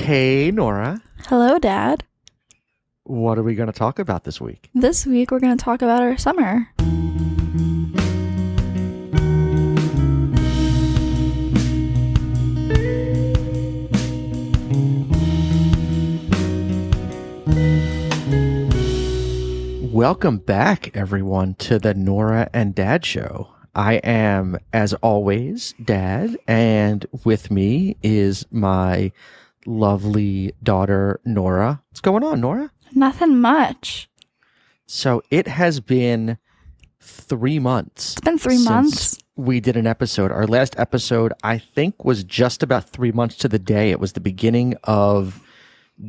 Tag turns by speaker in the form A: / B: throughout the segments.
A: Hey, Nora.
B: Hello, Dad.
A: What are we going to talk about this week?
B: This week we're going to talk about our summer.
A: Welcome back, everyone, to the Nora and Dad Show. I am, as always, Dad, and with me is my lovely daughter, Nora. What's going on, Nora?
B: Nothing much.
A: So it has been three months.
B: It's been three
A: since
B: months.
A: We did an episode. Our last episode, I think, was just about three months to the day. It was the beginning of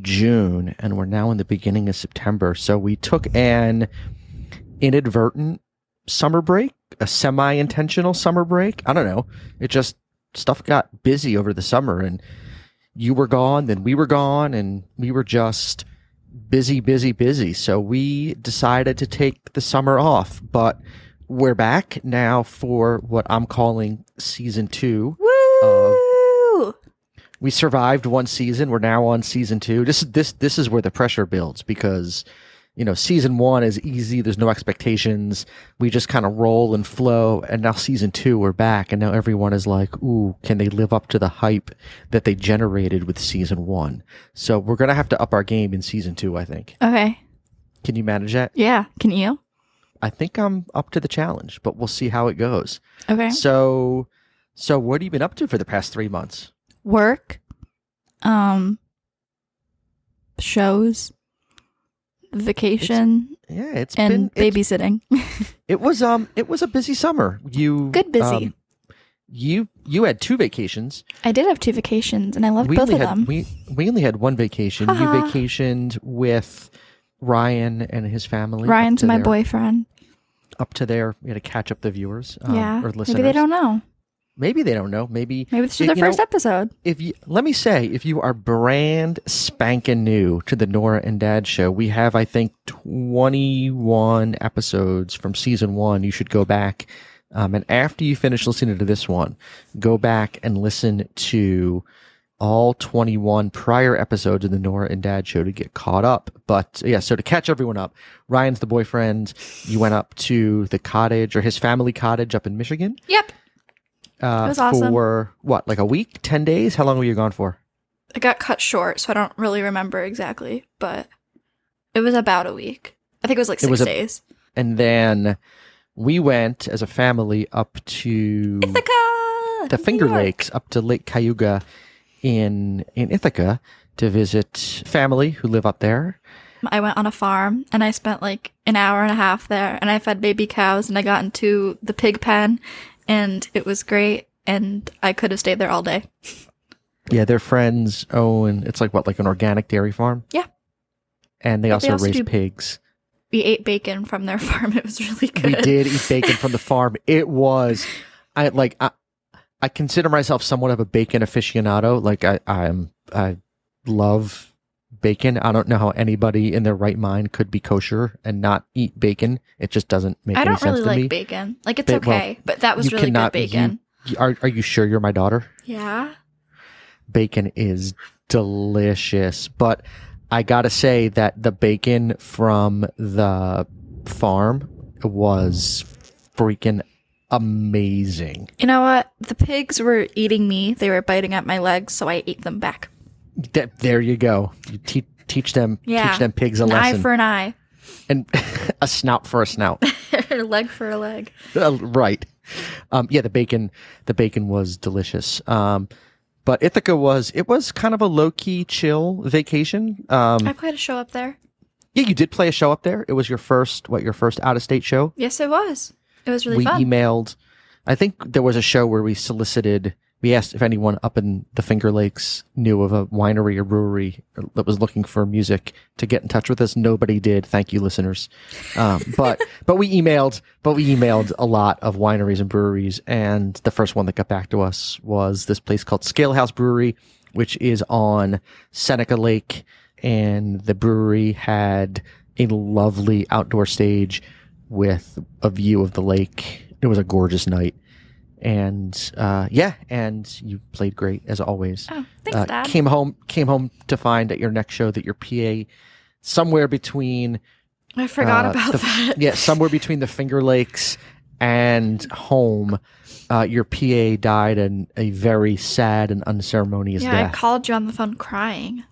A: June, and we're now in the beginning of September. So we took an inadvertent summer break, a semi intentional summer break. I don't know. It just, stuff got busy over the summer, and you were gone, then we were gone, and we were just busy, busy, busy. So we decided to take the summer off, but we're back now for what I'm calling season two.
B: Woo!
A: We survived one season. We're now on season two. This this this is where the pressure builds because you know season one is easy. There's no expectations. We just kind of roll and flow. And now season two, we're back, and now everyone is like, "Ooh, can they live up to the hype that they generated with season one?" So we're gonna have to up our game in season two. I think.
B: okay.
A: Can you manage that?
B: Yeah. Can you?
A: I think I'm up to the challenge, but we'll see how it goes.
B: Okay.
A: So, so what have you been up to for the past three months?
B: Work. Um. Shows. Vacation
A: Yeah, it's been
B: and
A: it's-
B: babysitting.
A: It was um, it was a busy summer. You
B: Good busy.
A: um, you you had two vacations.
B: I did have two vacations, and I loved both
A: only
B: of
A: had
B: them.
A: we we only had one vacation. you
B: Ha ha.
A: vacationed with Ryan and his family. up
B: Ryan's
A: to
B: my
A: their-
B: boyfriend.
A: Up to there, we had to catch up the viewers. Um,
B: yeah.
A: or listeners.
B: Maybe they don't know.
A: Maybe they don't know. Maybe
B: Maybe this is
A: You-
B: their
A: you know-
B: first episode.
A: if you let me say if you are brand spanking new to the Nora and Dad show, we have I think 21 episodes from season 1. You should go back um, and after you finish listening to this one, go back and listen to all 21 prior episodes of the Nora and Dad show to get caught up. But yeah, so to catch everyone up, Ryan's the boyfriend. You went up to the cottage or his family cottage up in Michigan
B: Yep.
A: uh,
B: It was awesome.
A: for what, like a week, 10 days? How long were you gone for?
B: it got cut short, so I don't really remember exactly, but it was about a week. I think it was like
A: It
B: six
A: was a-
B: days.
A: And then we went as a family up to
B: Ithaca,
A: the Finger
B: uh, New York.
A: Lakes, up to Lake Cayuga in in Ithaca to visit family who live up there.
B: I went on a farm and I spent like an hour and a half there, and I fed baby cows, and I got into the pig pen, and it was great. And I could have stayed there all day.
A: Yeah, their friends own it's like what, like an organic dairy farm?
B: Yeah.
A: And they
B: But
A: also,
B: they also
A: raise
B: do-
A: pigs.
B: We ate bacon from their farm. It was really
A: We
B: good.
A: did eat bacon from the farm. It was I like I I consider myself somewhat of a bacon aficionado. Like I I'm I love bacon. I don't know how anybody in their right mind could be kosher and not eat bacon. It just doesn't make
B: I
A: any
B: don't
A: sense
B: really
A: to me.
B: like bacon. Like it's
A: Ba- well,
B: okay, but that was
A: you
B: really good
A: cannot-
B: bacon.
A: Y- Are are you sure you're my daughter?
B: yeah.
A: Bacon is delicious, but I got to say that the bacon from the farm was freaking amazing.
B: You know what? The pigs were eating me. They were biting at my legs, so I ate them back.
A: Th- there you go. You te- teach them
B: Yeah.
A: teach them pigs a
B: an
A: lesson
B: eye for an eye,
A: and a snout for a snout.
B: a leg for a leg.
A: Uh, right. Um, yeah, the bacon the bacon was delicious. Um, but Ithaca was it was kind of a low key chill vacation. Um,
B: I played a show up there.
A: yeah, you did play a show up there. It was your first what your first out of state show.
B: Yes, it was. It was really
A: we
B: fun.
A: emailed. I think there was a show where we solicited. We asked if anyone up in the Finger Lakes knew of a winery or brewery that was looking for music to get in touch with us. Nobody did. Thank you, listeners. Um, but but we emailed. But we emailed a lot of wineries and breweries, and the first one that got back to us was this place called Scale House Brewery, which is on Seneca Lake, and the brewery had a lovely outdoor stage with a view of the lake. It was a gorgeous night. and uh, yeah, and you played great as always.
B: Oh, thanks,
A: Uh,
B: Dad.
A: Came home, came home to find at your next show that your PA somewhere between
B: I forgot
A: uh,
B: about
A: the-
B: that.
A: yeah, somewhere between the Finger Lakes and home, uh, your PA died in a very sad and unceremonious
B: Yeah, I
A: death.
B: called you on the phone crying.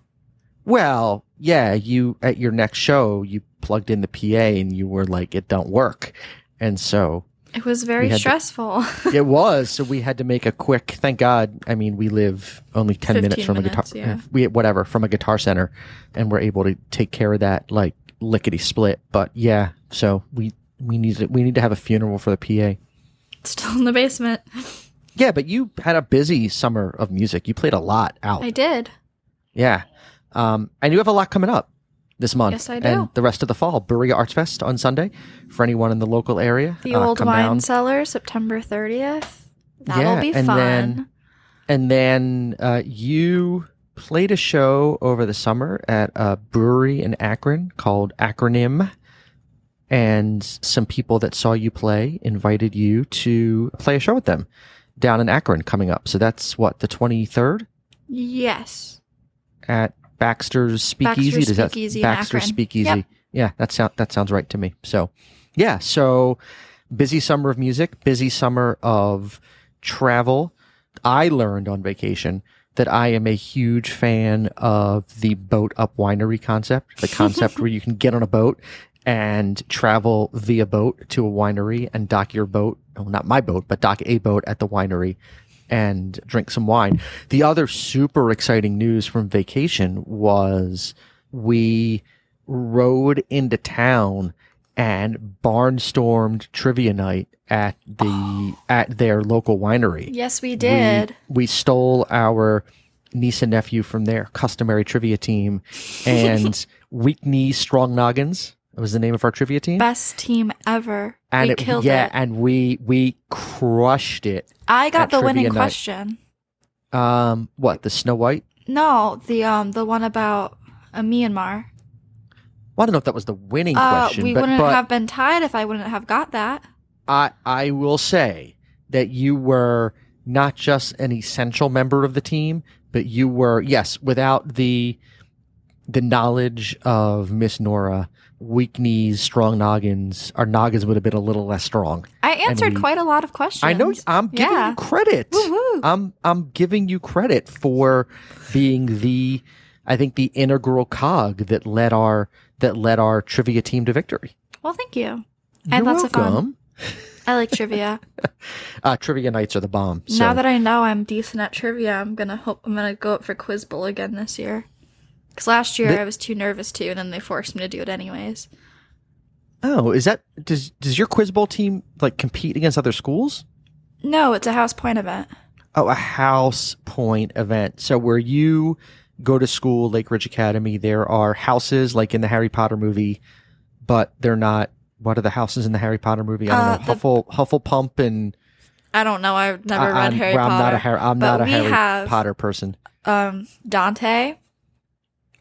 A: well, yeah, you at your next show you plugged in the PA and you were like, it don't work, and so
B: It was
A: We
B: very
A: had to-
B: stressful.
A: it was. So we had to make a quick. Thank God. I mean, we live only ten minutes
B: 15
A: from
B: minutes,
A: a guitar. uh,
B: yeah.
A: We whatever from a guitar center, and we're able to take care of that like lickety split. But yeah, so we we need to we need to have a funeral for the PA.
B: Still in the basement.
A: Yeah, but you had a busy summer of music. You played a lot out.
B: I did.
A: yeah. Um, and you have a lot coming up this month.
B: Yes, I
A: And
B: do.
A: the rest of the fall. Berea Arts Fest on Sunday for anyone in the local area.
B: The
A: Uh,
B: old
A: come
B: wine
A: down.
B: cellar, September 30th. That'll
A: Yeah,
B: be
A: and
B: fun.
A: then- And then uh, you played a show over the summer at a brewery in Akron called Acronym. And some people that saw you play invited you to play a show with them down in Akron coming up. So that's what, the 23rd?
B: yes.
A: at Baxter's Speakeasy.
B: Baxter's
A: Does that-
B: Speakeasy in
A: Baxter's
B: Akron.
A: Speakeasy.
B: Yep.
A: Yeah, that sound that sounds right to me. So, yeah, so busy summer of music, busy summer of travel. I learned on vacation that I am a huge fan of the boat up winery concept, the concept where you can get on a boat and travel via boat to a winery and dock your boat, well, not my boat, but dock a boat at the winery and drink some wine. The other super exciting news from vacation was we rode into town and barnstormed trivia night at the at their local winery.
B: Yes, we did.
A: We stole our niece and nephew from their customary trivia team and weak knee strong noggins was the name of our trivia team.
B: Best team ever.
A: and
B: we
A: it,
B: killed
A: yeah,
B: it.
A: and we we crushed it.
B: I got
A: at
B: the winning
A: trivia night.
B: question.
A: Um what, the Snow White?
B: No, the um the one about uh, Myanmar.
A: Well, I don't know if that was the winning
B: Uh,
A: question,
B: we
A: but,
B: wouldn't
A: but
B: have been tied if I wouldn't have got that.
A: I I will say that you were not just an essential member of the team, but you were yes, without the the knowledge of Miss Nora, weak knees, strong noggins, our noggins would have been a little less strong.
B: I answered
A: we-
B: quite a lot of questions.
A: I know I'm giving
B: Yeah.
A: you credit.
B: Woo woo.
A: I'm I'm giving you credit for being the I think the integral cog that led our that led our trivia team to victory.
B: well, thank you.
A: You're
B: And lots of fun.
A: welcome.
B: I like trivia.
A: Uh, trivia nights are the bomb. So.
B: Now that I know I'm decent at trivia, I'm gonna hope I'm gonna go up for Quiz Bowl again this year. Cause last year
A: The-
B: I was too nervous to, and then they forced me to do it anyways.
A: Oh, is that does does your quiz bowl team like compete against other schools?
B: No, it's a house point event.
A: Oh, a house point event. So where you go to school, Lake Ridge Academy, there are houses like in the Harry Potter movie, but they're not. What are the houses in the Harry Potter movie? I don't
B: Uh,
A: know. Huffle Hufflepump and
B: I don't know. I've never
A: I,
B: read
A: Uh, I'm,
B: Harry
A: well, I'm
B: Potter.
A: not a Harry. I'm
B: but
A: not a
B: we
A: Harry
B: have-
A: Potter person.
B: um, Dante,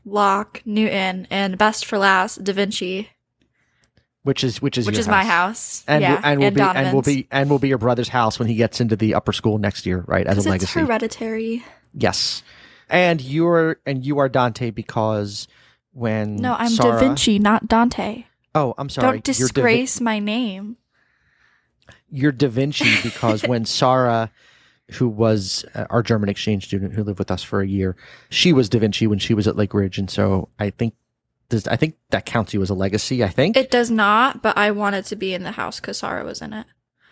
B: Locke, Newton, and best for last, Da Vinci,
A: Which is which is
B: which
A: your
B: is my house.
A: And
B: yeah,
A: will, and will be and will
B: Donovan's.
A: be and will be your brother's house when he gets into the upper school next year, right? As
B: 'Cause
A: a
B: it's
A: legacy.
B: hereditary.
A: Yes. And you're and you are Dante because when
B: No, I'm
A: Mm. Sarah,
B: Da Vinci, not Dante.
A: Oh, I'm sorry.
B: Don't
A: You're Da Vin-
B: disgrace my name.
A: You're Da, Vinci because when Sarah, who was uh, our German exchange student who lived with us for a year, she was Da Vinci when she was at Lake Ridge, and so I think does I think that counts you as a legacy. I think
B: It does not, but I wanted to be in the house because Sarah was in it.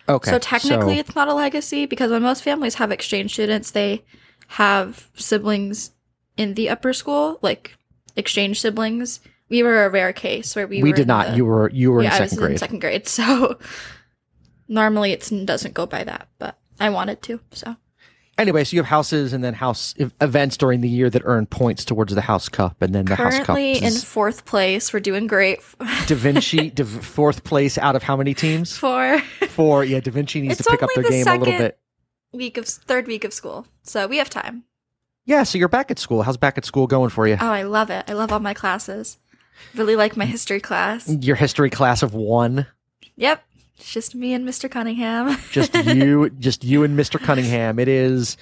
A: okay.
B: So technically, it's not a legacy because when most families have exchange students, they have siblings in the upper school, like exchange siblings. We were a rare case where we
A: we
B: were
A: did
B: in
A: not.
B: the-
A: you were you were
B: yeah, I
A: in
B: was
A: second grade.
B: in second grade. So normally it doesn't go by that, but I wanted to. So
A: anyway, so you have houses and then house ev- events during the year that earn points towards the house cup, and then the house cup.
B: currently in
A: is-
B: fourth place, we're doing great
A: Da Vinci, div- fourth place out of how many teams?
B: for
A: Four. Yeah, Da Vinci needs
B: It's
A: to pick up
B: only
A: their
B: the
A: game a little
B: second-
A: bit.
B: week of third week of school. So we have time.
A: Yeah, so you're back at school. How's back at school going for you?
B: Oh, I love it. I love all my
A: Mm.
B: classes. Really like my history class.
A: Your history class of one.
B: Yep. It's just me and Mr. Cunningham.
A: Just you, just you and Mr. Cunningham. It is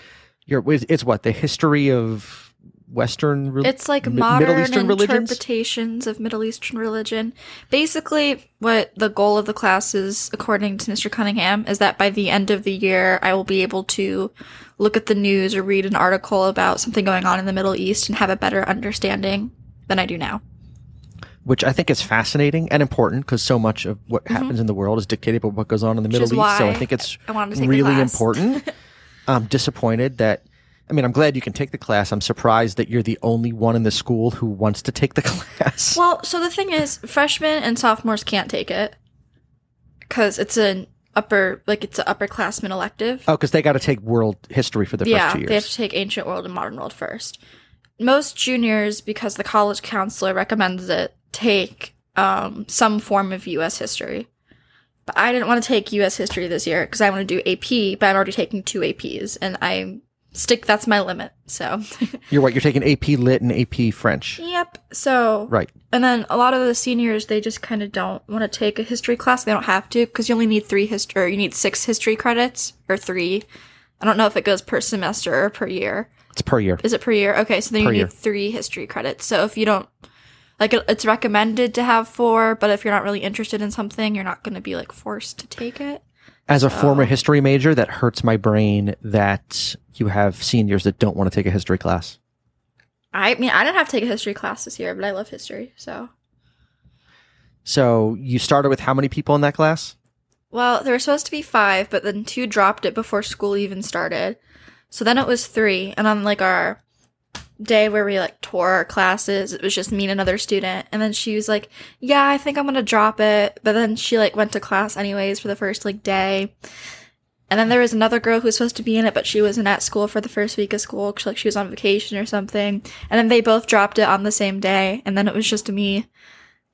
A: your. It's what the history of Western. rel-
B: It's like
A: Mi-
B: modern
A: Middle Eastern religions.
B: interpretations of Middle Eastern religion. Basically, what the goal of the class is, according to Mr. Cunningham, is that by the end of the year, I will be able to look at the news or read an article about something going on in the Middle East and have a better understanding than I do now.
A: which I think is fascinating and important because so much of what happens in the world is dictated by what goes on in the Middle
B: Mm-hmm. is
A: East. So I
B: why
A: think it's
B: I wanted to take the
A: really
B: class.
A: important. I'm disappointed that. I mean, I'm glad you can take the class. I'm surprised that you're the only one in the school who wants to take the class.
B: Well, so the thing is, freshmen and sophomores can't take it because it's an upper, like it's an upperclassman elective.
A: oh, because they got to take world history for the
B: yeah,
A: first two
B: they have
A: years.
B: to take ancient world and modern world first. Most juniors, because the college counselor recommends it, take um, some form of U.S. history. But I didn't want to take U.S. history this year because I want to do AP, but I'm already taking two APs, and I stick. That's my limit. So,
A: You're what? You're taking AP Lit and AP French.
B: yep. So,
A: Right.
B: and then a lot of the seniors they just kind of don't want to take a history class. They don't have to because you only need three history, or you need six history credits or three. I don't know if it goes per semester or per year.
A: It's per year.
B: Is it per year? Okay, so then
A: Per
B: you
A: year.
B: need three history credits. So if you don't, like, it- it's recommended to have four, but if you're not really interested in something, you're not going to be like forced to take it.
A: As a former
B: Oh.
A: history major, that hurts my brain that you have seniors that don't want to take a history class.
B: I mean, I didn't have to take a history class this year, but I love history. So,
A: So you started with how many people in that class?
B: well, there were supposed to be five, but then two dropped it before school even started. So then it was three, and on like our day where we like tore our classes, it was just me and another student. And then she was like, "Yeah, I think I'm gonna drop it," but then she like went to class anyways for the first like day. And then there was another girl who was supposed to be in it, but she wasn't at school for the first week of school 'cause, like she was on vacation or something. And then they both dropped it on the same day, and then it was just me.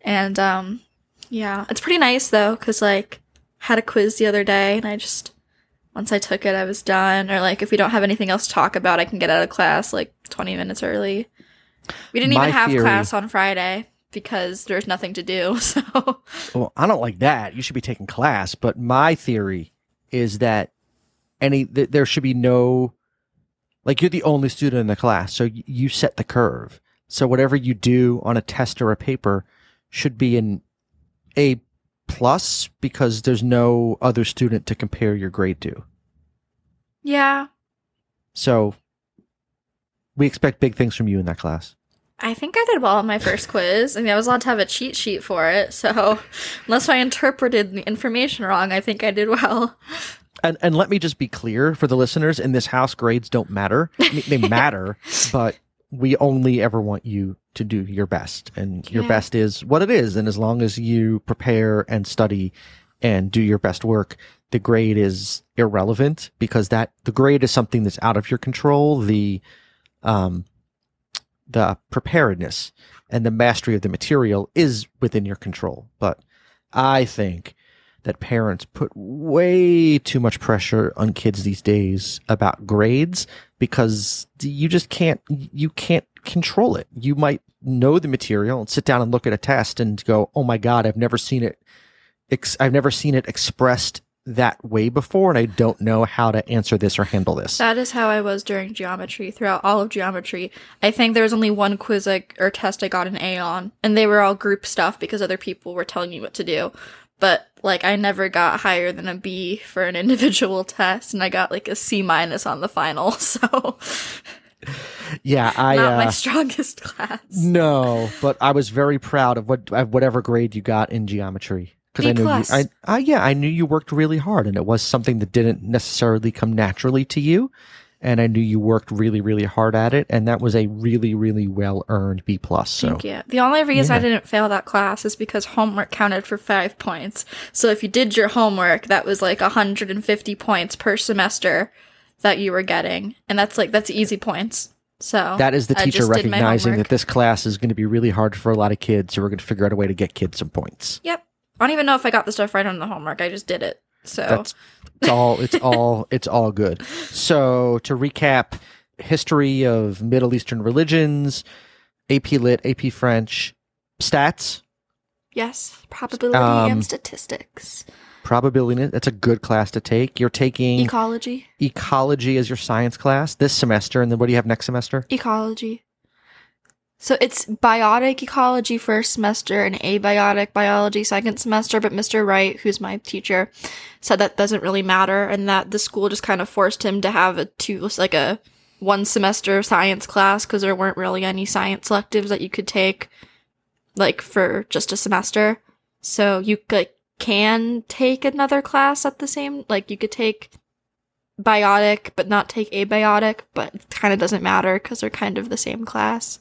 B: And um, yeah, it's pretty nice though, cause like had a quiz the other day, and I just once I took it, I was done. Or like if we don't have anything else to talk about, I can get out of class like 20 minutes early. We didn't
A: My
B: even have
A: theory-
B: class on Friday because there's nothing to do. So
A: Well, I don't like that. You should be taking class. But my theory is that any th- there should be no like you're the only student in the class, so y- you set the curve. So whatever you do on a test or a paper should be an A plus because there's no other student to compare your grade to.
B: yeah,
A: So we expect big things from you in that class.
B: I think I did well on my first quiz. I mean, I was allowed to have a cheat sheet for it, so unless I interpreted the information wrong, I think I did well.
A: And and let me just be clear for the listeners in this house, grades don't matter. I mean, they matter, but we only ever want you to do your best, and your
B: Yeah.
A: best is what it is. And as long as you prepare and study and do your best work, the grade is irrelevant because that the grade is something that's out of your control. The um the preparedness and the mastery of the material is within your control. But I think that parents put way too much pressure on kids these days about grades because you just can't you can't control it. You might know the material and sit down and look at a test and go, "Oh my god, I've never seen it ex- I've never seen it expressed that way before and I don't know how to answer this or handle this."
B: That is how I was during geometry, throughout all of geometry. I think there was only one quiz I, or test I got an A on, and they were all group stuff because other people were telling you what to do. But like, I never got higher than a B for an individual test, and I got like a C minus on the final. So
A: yeah, I
B: not
A: uh,
B: my strongest class.
A: No, but I was very proud of what of whatever grade you got in geometry because
B: B
A: I knew
B: plus.
A: you, I, I yeah I knew you worked really hard and it was something that didn't necessarily come naturally to you, and I knew you worked really really hard at it and that was a really really well earned B plus. So
B: Thank you. The only reason I
A: Yeah.
B: didn't fail that class is because homework counted for five points. So if you did your homework, that was like 150 points per semester that you were getting. And that's like, that's easy points. So
A: that is the
B: I
A: teacher
B: just did my
A: recognizing that
B: homework.
A: this class is going to be really hard for a lot of kids, so we're going to figure out a way to get kids some points.
B: Yep. I don't even know if I got the stuff right on the homework. I just did it. So
A: That's it's all it's all it's all good. So to recap, history of Middle Eastern religions, AP Lit, AP French, stats.
B: yes, probability
A: Um,
B: and statistics.
A: Probability, that's a good class to take. You're taking
B: Ecology.
A: ecology as your science class this semester, and then what do you have next semester?
B: Ecology. So it's biotic ecology first semester and abiotic biology second semester, but Mr. Wright, who's my teacher, said that doesn't really matter and that the school just kind of forced him to have a two like a one semester science class because there weren't really any science electives that you could take like for just a semester. So you like can take another class at the same like you could take biotic but not take abiotic, but it kind of doesn't matter because they're kind of the same class.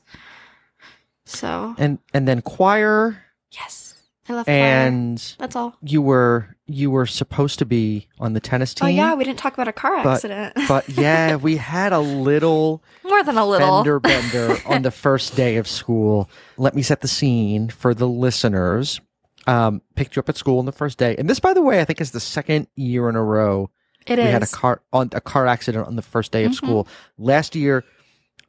B: So
A: And and then choir,
B: yes, I love choir.
A: and
B: That's all.
A: you were you were supposed to be on the tennis team.
B: Oh yeah, we didn't talk about a car
A: but-
B: accident.
A: but yeah, we had a little
B: more than a little.
A: fender bender on the first day of school. Let me set the scene for the listeners. Um, picked you up at school on the first day, and this, by the way, I think is the second year in a row
B: It
A: we
B: is
A: had a car on a car accident on the first day of
B: Mhm.
A: school. Last year,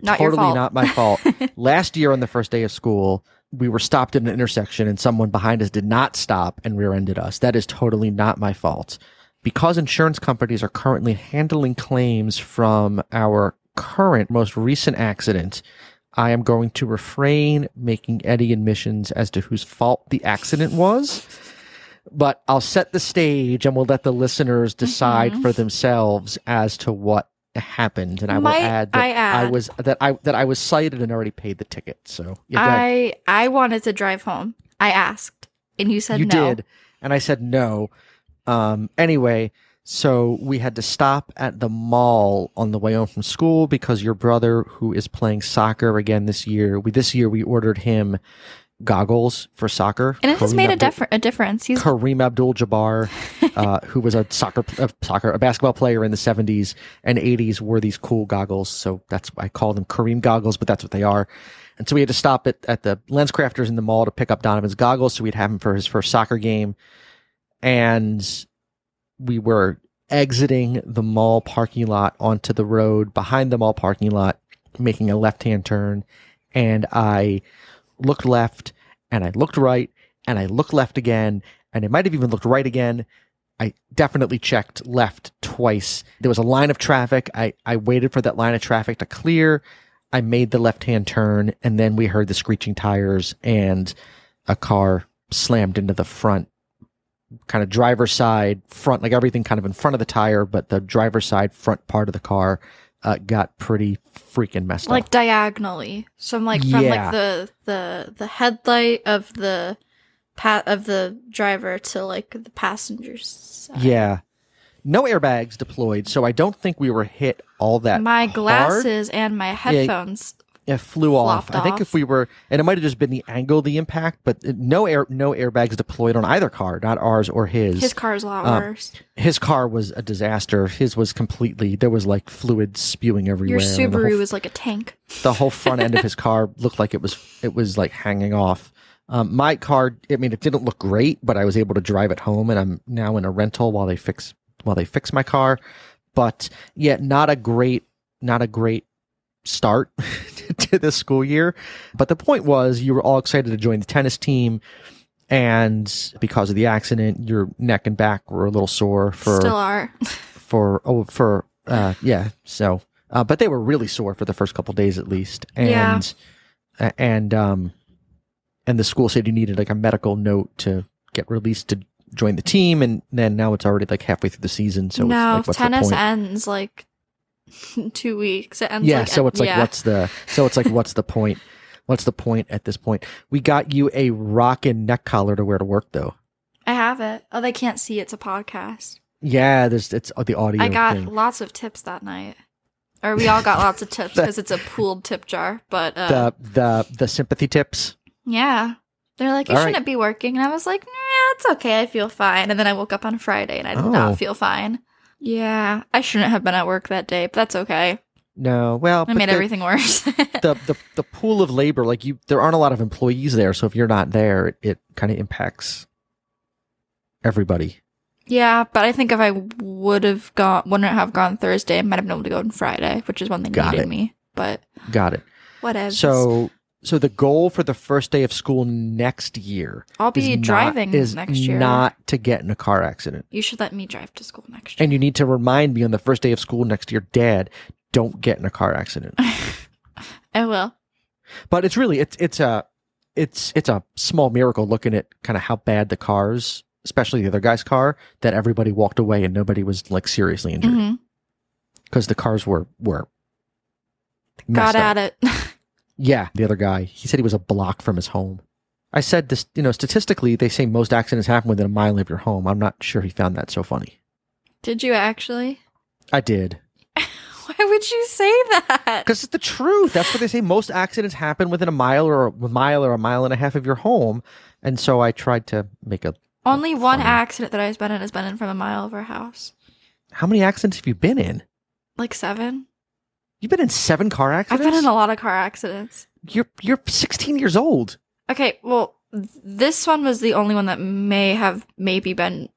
B: not
A: totally
B: your fault.
A: not my fault. Last year on the first day of school, we were stopped at an intersection and someone behind us did not stop and rear-ended us. That is totally not my fault. Because insurance companies are currently handling claims from our current most recent accident, I am going to refrain making any admissions as to whose fault the accident was. But I'll set the stage and we'll let the listeners decide
B: Mhm.
A: for themselves as to what happened. And I
B: Might
A: will add that
B: I add?
A: I was that I that I was cited and already paid the ticket. So you did.
B: I I wanted to drive home. I asked, and you said
A: you
B: no.
A: did, and I said no. Um, anyway, so we had to stop at the mall on the way home from school because your brother, who is playing soccer again this year, we this year we ordered him goggles for soccer,
B: and it has
A: Kareem
B: made a,
A: Abdul-
B: differ- a difference. He's
A: Kareem Abdul-Jabbar, uh, who was a soccer, a soccer, a basketball player in the '70s and '80s, wore these cool goggles. So that's I call them Kareem goggles, but that's what they are. And so we had to stop at at the lens crafters in the mall to pick up Donovan's goggles, so we'd have him for his first soccer game. And we were exiting the mall parking lot onto the road behind the mall parking lot, making a left hand turn. And I looked left and I looked right and I looked left again. And I might have even looked right again. I definitely checked left twice. There was a line of traffic. I, I waited for that line of traffic to clear. I made the left hand turn and then we heard the screeching tires and a car slammed into the front kind of driver's side front, like everything kind of in front of the tire, but the driver's side front part of the car uh, got pretty freaking messed
B: like
A: up.
B: diagonally. So I'm like from
A: Yeah.
B: like the the the headlight of the pat of the driver to like the passenger's side.
A: Yeah. No airbags deployed, so I don't think we were hit all that
B: my
A: Uh, hard.
B: glasses and my headphones.
A: it flew off.
B: flopped
A: I think
B: off.
A: if we were, and it might have just been the angle, of the impact, but it- no air, no airbags deployed on either car, not ours or his.
B: His car's a lot
A: Um,
B: worse.
A: His car was a disaster. His was completely there was like fluid spewing everywhere.
B: Your
A: and the whole
B: Subaru was like a tank.
A: the whole front end of his car looked like it was it was like hanging off. Um, my car, I mean, it didn't look great, but I was able to drive it home, and I'm now in a rental while they fix while they fix my car. But yet, not a great not a great start to this school year. But the point was, you were all excited to join the tennis team, and because of the accident, your neck and back were a little sore for
B: Still are.
A: for oh for uh yeah so uh but they were really sore for the first couple days at least and
B: Yeah.
A: a- and um and the school said you needed like a medical note to get released to join the team and then now it's already like halfway through the season so it's
B: no,
A: like what's
B: tennis
A: the point?
B: ends like two weeks. It ends
A: yeah
B: like
A: so it's like
B: yeah.
A: what's the so it's like what's the point what's the point at this point we got you a rockin' neck collar to wear to work though
B: I have it. Oh, they can't see it's a podcast.
A: yeah there's it's oh, the audio
B: I got
A: thing.
B: lots of tips that night. Or we all got lots of tips because it's a pooled tip jar. But uh,
A: the the the sympathy tips
B: yeah, they're like, you
A: All right.
B: shouldn't be working. And I was like, nah, it's okay. I feel fine. And then I woke up on Friday and I did
A: Oh.
B: not feel fine. Yeah, I shouldn't have been at work that day, but that's okay.
A: no well
B: I
A: but
B: made
A: the-
B: everything worse.
A: the, the the pool of labor like you there aren't a lot of employees there so if you're not there it, it kind of impacts everybody
B: yeah, but I think if I would have gone, wouldn't have gone Thursday, I might have been able to go on Friday, which is when they
A: Got
B: needed
A: it.
B: me. But
A: got it
B: whatever.
A: so so the goal for the first day of school next year
B: I'll be
A: is not-
B: driving
A: is
B: next year.
A: not to get in a car accident.
B: you should let me drive to school next year.
A: And you need to remind me on the first day of school next year, Dad, don't get in a car accident.
B: I will.
A: but it's really it's it's a it's it's a small miracle looking at kind of how bad the cars, especially the other guy's car, that everybody walked away and nobody was like seriously injured
B: hmm
A: because the cars were were
B: Got
A: messed up.
B: at it.
A: Yeah, the other guy. He said he was a block from his home. I said this, you know, statistically, they say most accidents happen within a mile of your home. I'm not sure he found that so funny.
B: Did you actually?
A: I did.
B: Why would you say that?
A: Because it's the truth. That's what they say. Most accidents happen within a mile or a mile or a mile and a half of your home. And so I tried to make a.
B: Only one
A: Funny.
B: accident that I've been in has been in from a mile of our house.
A: How many accidents have you been in?
B: Like seven.
A: You've been in seven car
B: I've
A: accidents.
B: been in a lot of car accidents.
A: You're you're 16 years old.
B: Okay, well, th- this one was the only one that may have maybe been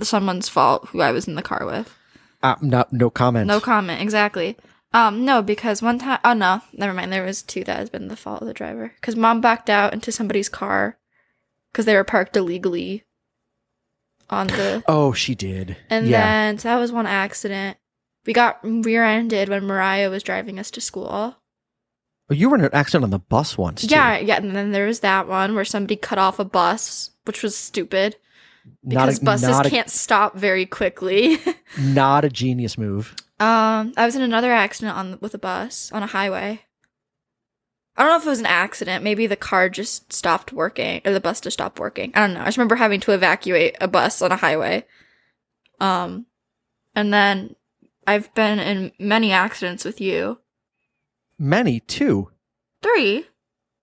B: someone's fault who I was in the car with.
A: Uh, not no comments.
B: No comment, exactly. Um, no, because one time, oh no, never mind. There was two that has been the fault of the driver because mom backed out into somebody's car because they were parked illegally on the,
A: oh, she did.
B: and
A: yeah.
B: then so that was one accident. We got rear-ended when Mariah was driving us to school.
A: Oh, you were in an accident on the bus once. too.
B: Yeah, yeah, and then there was that one where somebody cut off a bus, which was stupid.
A: Not
B: because
A: a,
B: buses
A: not a-
B: can't stop very quickly.
A: not a genius move.
B: um, I was in another accident on with a bus on a highway. I don't know if it was an accident. Maybe the car just stopped working, or the bus just stopped working. I don't know. I just remember having to evacuate a bus on a highway. Um, and then I've been in many accidents with you.
A: Many two,
B: Three.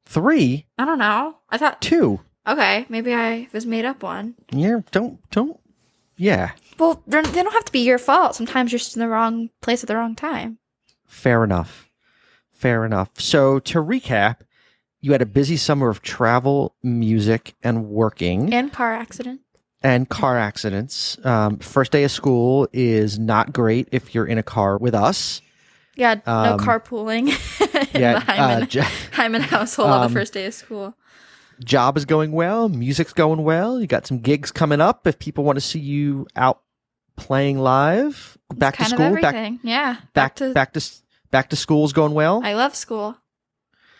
A: three,
B: I don't know. I thought
A: two.
B: okay, maybe I was made up one.
A: Yeah, don't don't. Yeah,
B: Well, they're- they don't have to be your fault. Sometimes you're just in the wrong place at the wrong time.
A: fair enough, fair enough. So to recap, you had a busy summer of travel, music, and working,
B: And car accident.
A: and car accidents. Um, first day of school is not great if you're in a car with us.
B: Yeah,
A: Um,
B: no carpooling in the
A: yeah, uh,
B: Hyman,
A: jo-
B: Hyman household on
A: um,
B: the first day of school.
A: job is going well, music's going well. You got some gigs coming up. If people want to see you out playing live, back to
B: kind
A: school,
B: of
A: back
B: everything. yeah, back,
A: back
B: to.
A: to back to s- back to school's going well.
B: I love school.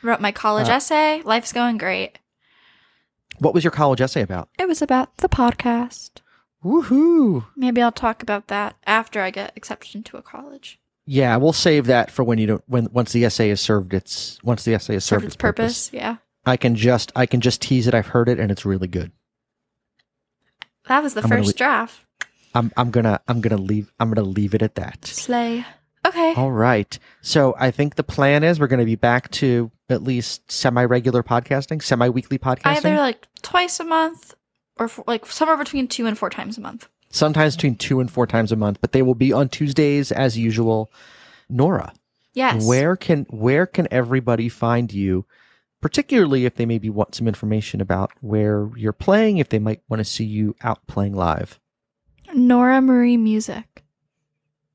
B: Wrote my college
A: Uh,
B: essay. Life's going great.
A: what was your college essay about?
B: It was about the podcast.
A: Woohoo!
B: Maybe I'll talk about that after I get accepted into a college.
A: Yeah, we'll save that for when you don't. When once the essay is served its once the essay is served,
B: Served its purpose. Yeah,
A: I can just I can just tease it. I've heard it and it's really good.
B: that was the
A: I'm gonna
B: first
A: le-
B: draft.
A: I'm I'm gonna I'm gonna leave I'm gonna leave it at that.
B: Slay. Okay.
A: All right. So I think the plan is we're gonna be back to at least semi regular podcasting, semi weekly podcasting.
B: Either like twice a month, or f- like somewhere between two and four times a month.
A: sometimes between two and four times a month, but they will be on Tuesdays as usual. Nora.
B: Yes.
A: Where can where can everybody find you? Particularly if they maybe want some information about where you're playing, if they might want to see you out playing live.
B: Nora Marie Music.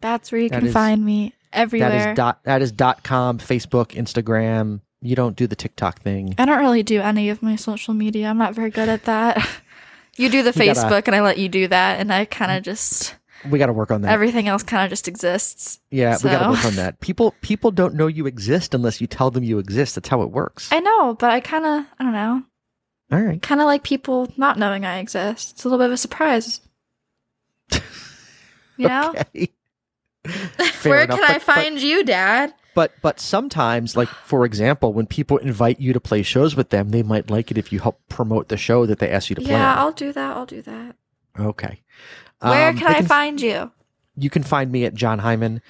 B: That's where you
A: That
B: can
A: is-
B: find me everywhere.
A: That is dot that is dot com, Facebook, Instagram. You don't do the TikTok thing.
B: I don't really do any of my social media. I'm not very good at that. you do the
A: We gotta-
B: Facebook, and I let you do that, and I kind of just
A: We gotta work on that.
B: everything else kind of just exists.
A: yeah, we gotta
B: so-
A: work on that. People people don't know you exist unless you tell them you exist. That's how it works.
B: I know, but I kind of I don't know,
A: All right.
B: kind of like people not knowing I exist. It's a little bit of a surprise. You know,
A: Okay. Fair
B: where
A: enough,
B: can I
A: but- but-
B: find you, Dad?
A: But but sometimes, like for example, when people invite you to play shows with them, they might like it if you help promote the show that they ask you to play.
B: Yeah, I'll do that. I'll do that.
A: on. okay.
B: Where
A: Um,
B: can
A: they
B: I find you?
A: You can find me at John Hyman.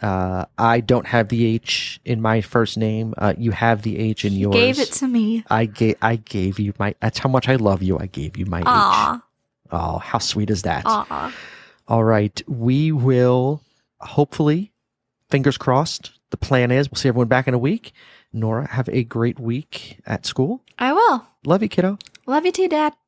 A: Uh, I don't have the H in my first name. Uh, you have the H in yours.
B: Gave it to me.
A: I gave I gave you my. That's how much I love you. I gave you my H.
B: Aw,
A: Oh, how sweet is that?
B: aw.
A: All right. We will hopefully, fingers crossed, the plan is we'll see everyone back in a week. Nora, have a great week at school.
B: I will.
A: Love you, kiddo.
B: Love you too, Dad.